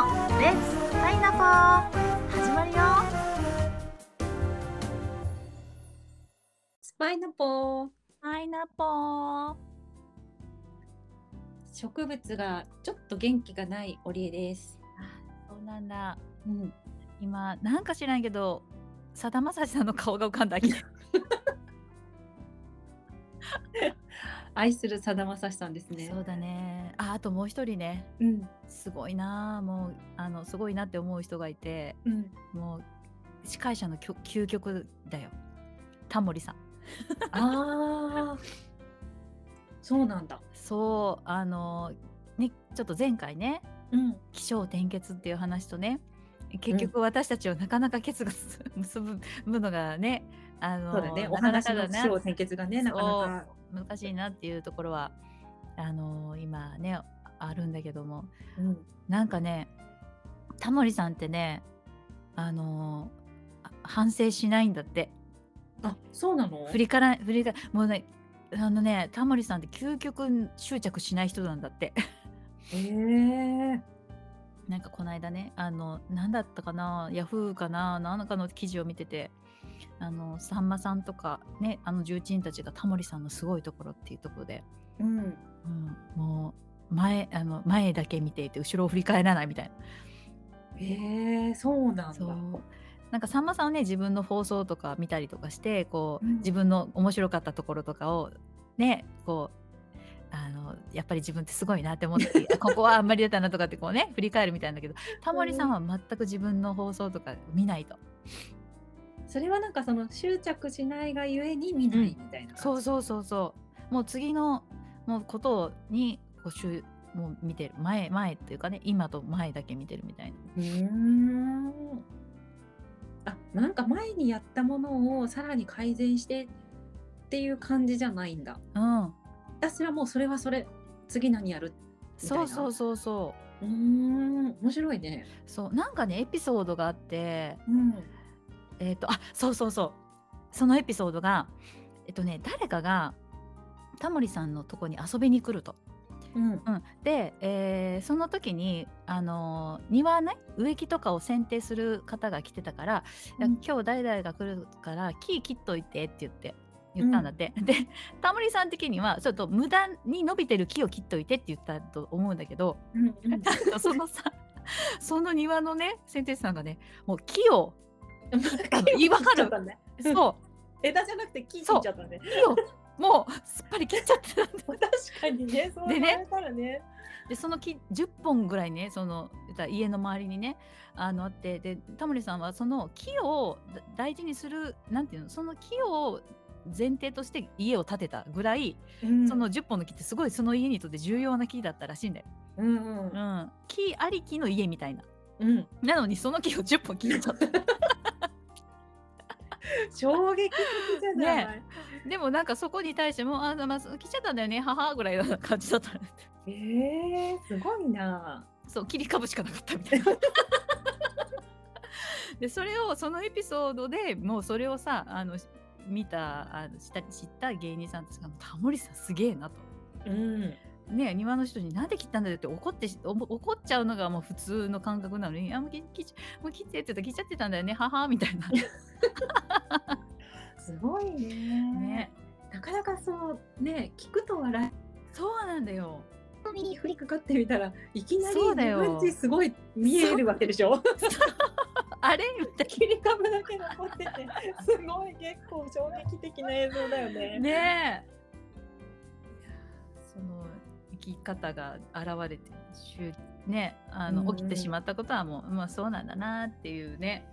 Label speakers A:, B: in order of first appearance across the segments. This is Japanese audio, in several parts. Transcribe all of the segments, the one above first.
A: X パイナポー始まるよ
B: スパイナポー
A: パイナポー
B: 植物がちょっと元気がない織江です。
A: そうなんだ
B: うん、
A: 今なんか知らんけどさだまさしさんの顔が浮かんだけど
B: 愛するさだまさしさんですね。
A: そうだねああともう一人ね
B: うん、
A: すごいなあもうあのすごいなって思う人がいて
B: うん、
A: もう司会者のきょ究極だよタモリさん
B: ああ。そうなんだ。
A: そうあのねちょっと前回ね
B: うん、
A: 起承転結っていう話とね結局私たちはなかなか結がつ 結ぶのがねあの
B: そうだね。お
A: なかな
B: 話
A: か
B: の
A: だ
B: 起
A: な
B: 承転結がね、なかなか。
A: 難しいなっていうところはあの今ねあるんだけども
B: うん、
A: なんかねタモリさんってねあのあ反省しないんだって
B: あ、そうなの。
A: 振りから振りからもうねあのねタモリさんって究極執着しない人なんだって。
B: ええ
A: なんかこの間ねあの何だったかなヤフーかな何かの記事を見ててあのさんまさんとかねあの重鎮たちがタモリさんのすごいところっていうところで、
B: うん。
A: うん、もう前あの前だけ見ていて後ろを振り返らないみたい
B: ええそう
A: な
B: な
A: ん
B: だ。
A: なんかさんまさんはね自分の放送とか見たりとかしてこう、
B: うん
A: 自分の面白かったところとかをねこうあのやっぱり自分ってすごいなって思って あここはあんまり出たなとかってこうね振り返るみたいなんだけどタモリさんは全く自分の放送とか見ないと、
B: それはなんかその執着しないがゆえに見ないみたいな。
A: そうそうそうそうもう次のもうことにこうしゅもう見てる前前っていうかね今と前だけ見てるみたいな
B: うーんあなんか前にやったものをさらに改善してっていう感じじゃないんだ
A: うん
B: 私はもうそれはそれ次何やるみたい
A: そ
B: な
A: うそうそうそう
B: ーん面白いね
A: うそうなんかねエピソードがあって
B: うん
A: えっ、とあそうそうそうそのエピソードがえっとね誰かがタモリさんのとこに遊びに来ると。
B: うん
A: うん、で、えーその時に、あのー庭ね植木とかを剪定する方が来てたから「いや
B: うん
A: 今日誰々が来るから木切っといて」って言って。言ったんだって、でタモリさん的にはちょっと無駄に伸びてる木を切っといてって言ったと思うんだけど
B: うんうん
A: そのさその庭のね剪定師さんがねもう木を言い分かる
B: 切っちゃったね
A: そう
B: 枝じゃなくて木切っちゃったね
A: 木をもうすっぱり切っちゃってたんだ
B: 確かにねそう
A: で
B: 言
A: ね
B: われたらね
A: でその木10本ぐらいねその言ったら家の周りにねあのあってでタモリさんはその木をだ大事にするなんていうのその木を前提として家を建てたぐらい、
B: うん
A: その10本の木ってすごいその家にとって重要な木だったらしいんだよ。
B: うんう
A: う、
B: ん
A: ん、木ありきの家みたいな。
B: うん、
A: なのにその木を10本切っちゃった。
B: 衝撃的じゃない、
A: でもなんかそこに対してもうあ、まあ、切っちゃったんだよね母ぐらいの感じだったん だって
B: えー、すごいな
A: そう切り株しかなかったみたいな。 でそれをそのエピソードでもうそれをさあのし見たあのした知った芸人さんたちが「タモリさんすげえな」と。
B: うん
A: ねえ庭の人に「なんで切ったんだよ」って怒ってしおも怒っちゃうのがもう普通の感覚なのに「あもう切切っちもう切って」って言ったら切っちゃってたんだよね「はは」みたいな。
B: すごいね
A: ね、
B: なかなかそうね聞くと笑
A: そうなんだよ。
B: いに振りかかってみたらいきなり
A: そう
B: 自
A: だよ
B: 分ちすごい見えるわけでしょ
A: あれみたい
B: 切り株だけ残っててすごい結構衝撃的な映像だよね
A: な。ねえ。その生き方が現れてしゅねあ
B: うんう
A: の
B: ん
A: 起きてしまったことはもう、まあそうなんだなっていうね。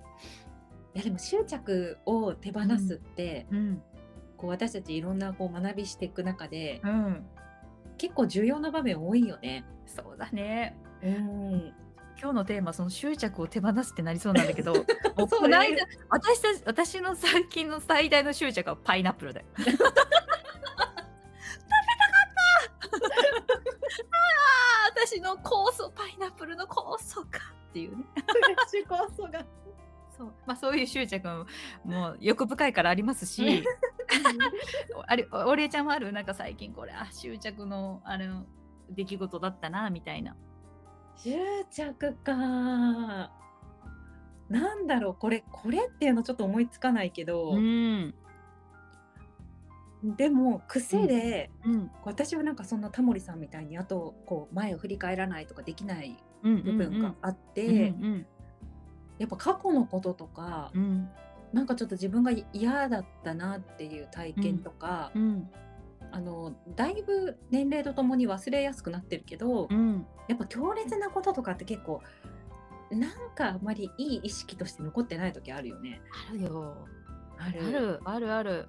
B: いやでも執着を手放すって、
A: うん。
B: こう私たちいろんなこう学びしていく中で
A: うん。
B: 結構重要な場面多いよね。
A: そうだね。
B: うん、
A: 今日のテーマその執着を手放すってなりそうなんだけ ど、もう
B: そ
A: こ
B: う
A: の
B: だね
A: 間私たち私の最近の最大の執着はパイナップ ルだよ。食べたかった。ああ私の酵素パイナップルの酵素かっていうね。
B: フレッシュ酵素が
A: そうまあ、そういう執着ももう欲深いからあります しあれおお礼ちゃんもあるなんか最近これあ執着のあの出来事だったなみたいな
B: 執着かなんだろうこれこれっていうのちょっと思いつかないけど、
A: ん。
B: でも癖で、
A: うん。
B: 私はなんかそんなタモリさんみたいにあとこう前を振り返らないとかできない
A: うん。
B: 部分があって、
A: うん。
B: やっぱ過去のこととか、
A: うん。
B: なんかちょっと自分が嫌だったなっていう体験とか、
A: うん。
B: あのだいぶ年齢とともに忘れやすくなってるけど、
A: うん。
B: やっぱ強烈なこととかって結構なんかあんまりいい意識として残ってない時あるよね。
A: あるよ。
B: あ
A: あるあるある。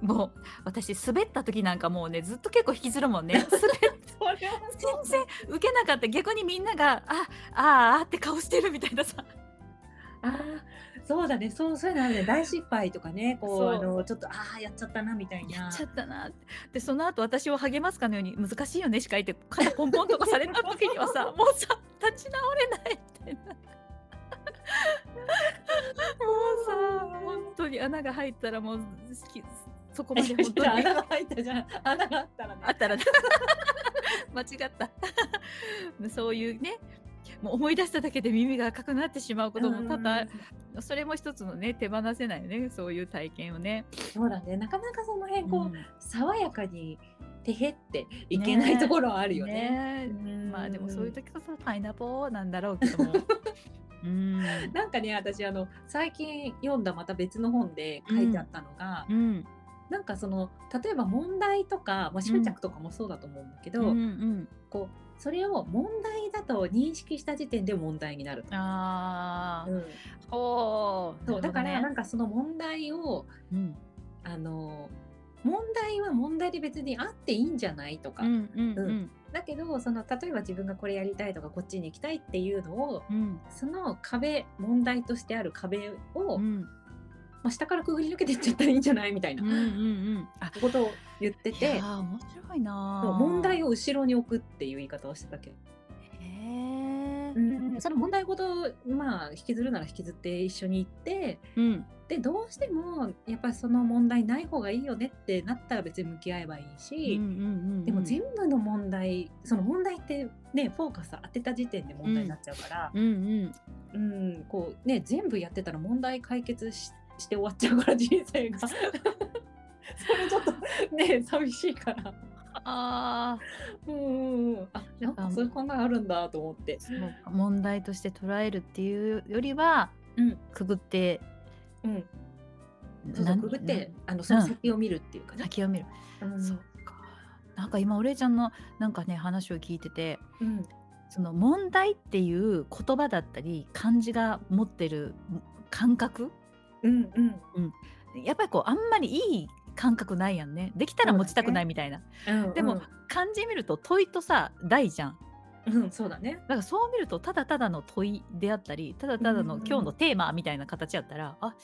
A: もう私滑った時なんかもうねずっと結構引きずるもん ね滑って
B: それは
A: 全然受けなかった逆にみんながああーあーって顔してるみたいなさ
B: あー そうだねそうそういうのあるね大失敗とかねこう
A: そう
B: あのちょっとああやっちゃったなみたいな
A: やっちゃったなってでその後私を励ますかのように難しいよねしか言って肩ポンポンとかされた時には さもうさ立ち直れないみたいな。もうさ本当に穴が入ったらもうきそこまで本当に
B: 穴が入った じゃん穴があったらね
A: あったら 間違った そういうねもう思い出しただけで耳が赤くなってしまうことも多々
B: うん
A: あそれも一つのね手放せないよねそういう体験をね。
B: そうだねなかなかその辺こう、
A: うん
B: 爽やかにてへっていけないところはあるよ
A: ね
B: ね。うん
A: まあでもそういう時こそパイナポーなんだろうけど も。うん
B: なんかね私あの最近読んだまた別の本で書いてあったのが、
A: うん
B: なんかその例えば問題とか、まあ、執着とかもそうだと思うんだけ
A: う
B: ど、
A: ん
B: こうそれを問題だと認識した時点で問題になる
A: うん、ああ、
B: うん
A: ほう
B: そうだか
A: な
B: ら
A: る
B: な
A: ほ
B: んかその問題を
A: どね
B: あの問題は問題で別にあっていいんじゃないとか、
A: うんうんうんうん
B: だけどその例えば自分がこれやりたいとかこっちに行きたいっていうのを
A: うん
B: その壁問題としてある壁を、
A: う
B: ま
A: ん
B: あ、下からくぐり抜けていっちゃったらいいんじゃないみたいな
A: うんうんあ
B: ことを言って
A: い
B: て
A: やー面白いな
B: そう問題
A: を
B: を後ろに置くっていう言い方をしてたけど、
A: へえ
B: その問題ごとまあ引きずるなら引きずって一緒に行って
A: うん
B: でどうしてもやっぱりその問題ない方がいいよねってなったら別に向き合えばいいし。でも全部の問題、その問題ってねフォーカス当てた時点で問題になっちゃうから、
A: うんうん
B: うんこうね、全部やってたら問題解決しして終わっちゃうから人 生がそれちょっとね寂しいから
A: ああ
B: うんうんうんあなんかそういう考えあるんだと思って
A: そうか問題として捉えるっていうよりは、
B: うん
A: くぐって
B: うんそうそう
A: なん
B: くぐってあの
A: ん
B: その先を見るっていうかね、
A: 先を見る、
B: うん
A: そうかなんか今お礼ちゃんのなんかね話を聞いてて
B: うん
A: その問題っていう言葉だったり漢字が持ってる感覚
B: うんうん
A: やっぱりこうあんまりいい感覚ないやんねできたら持ちたくないみたいな、
B: うん
A: でも、漢字見ると問いとさ題じゃん
B: うん、うんそうだね
A: だからそう見るとただただの問いであったりただただ
B: う
A: の
B: んうん
A: 今日のテーマみたいな形やったら、あ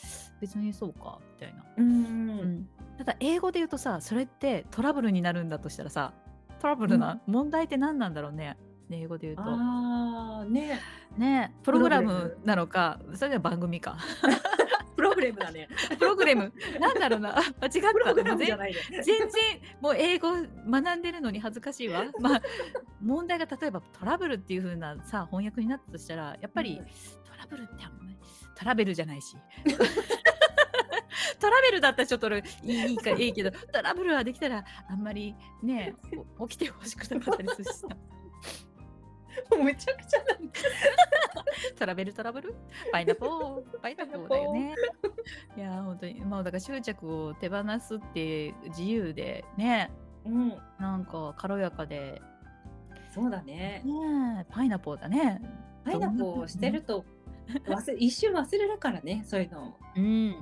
A: 別にそうかみたいな、
B: うんうん
A: うんただ英語で言うとさそれってトラブルになるんだとしたらさトラブルな、問題って何なんだろうねね英語で言うと
B: ああね
A: ねプログ
B: ログ
A: ラ
B: ラム
A: ムなのかそれでは番組か
B: プログラムだね
A: プログラムなんだろうなあ 間違った
B: プログラムじゃ
A: 全
B: ないね
A: 全然もう英語学んでるのに恥ずかし いわ。まあ問題が例えばトラブルっていう風なさ翻訳になったとしたらやっぱり、
B: うん
A: トラブルってあんまりトラベルじゃないし。 トラベルだったらちょっと俺いいいいかいいけどトラブルはできたらあんまりね お起きてほしくなかったりするしさ
B: めちゃくちゃなんか
A: トラベルトラブルパイナポーパイナポーだよね。いやー本当にまあだから執着を手放すって自由でね
B: うん
A: なんか軽やかで
B: そうだね。
A: ねえパイナポーだね。
B: パイナポーをしてると忘れ一瞬忘れるからねそういうのを
A: うん。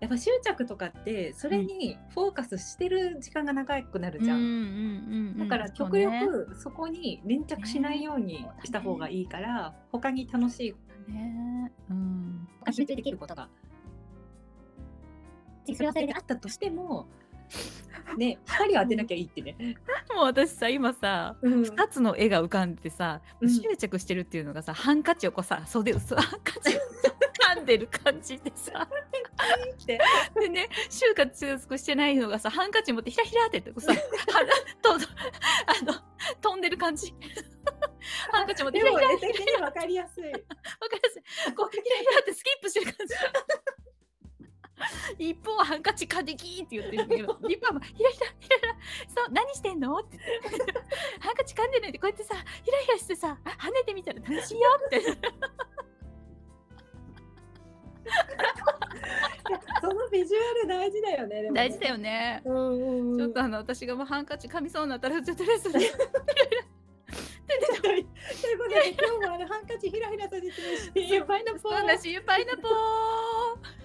B: やっぱ執着とかってそれにフォーカスしてる時間が長くなる
A: じ
B: じ
A: ゃ
B: ゃ
A: ん
B: ん。
A: うん
B: だから極力そこに粘着しないようにした方がいいから、他に楽しい
A: ね。うん。
B: 集中できることがそれはそれであったとして もね光を当てなきゃいいってね。
A: もう私さ今さ。
B: うん
A: 二つの絵が浮かんでさ、
B: うん
A: 執着してるっていうのがさ、ハンカチをこうさ 袖をさハンカチを噛んでる感じでさ
B: って
A: でね執着してないのがさハンカチ持 ってひらひらってやってこうさはとあの飛んでる感じハンカチも出
B: で
A: てき
B: も
A: た。
B: 絵的に分かりやすい。
A: わかりやすい。こう、キラキラってスキップしてる感じ。一方はハンカチカデキーって言ってるけど、一方はひらひらひらひら、そう、何してんのって言って。ハンカチ噛んでないで、こうやってさ、ひらひらしてさ、跳ねてみたら楽しいよって。
B: いやそのビジュアル大事だよね。でもね
A: 大事だよね。
B: うんうんうん。
A: ちょっとあの、私がもうハンカチ噛みそうになったら、ちょっとレッスン。
B: ちょっ とということ で今日もあのハンカチひらひらさせてほしい。
A: パイナポー。パイナポー。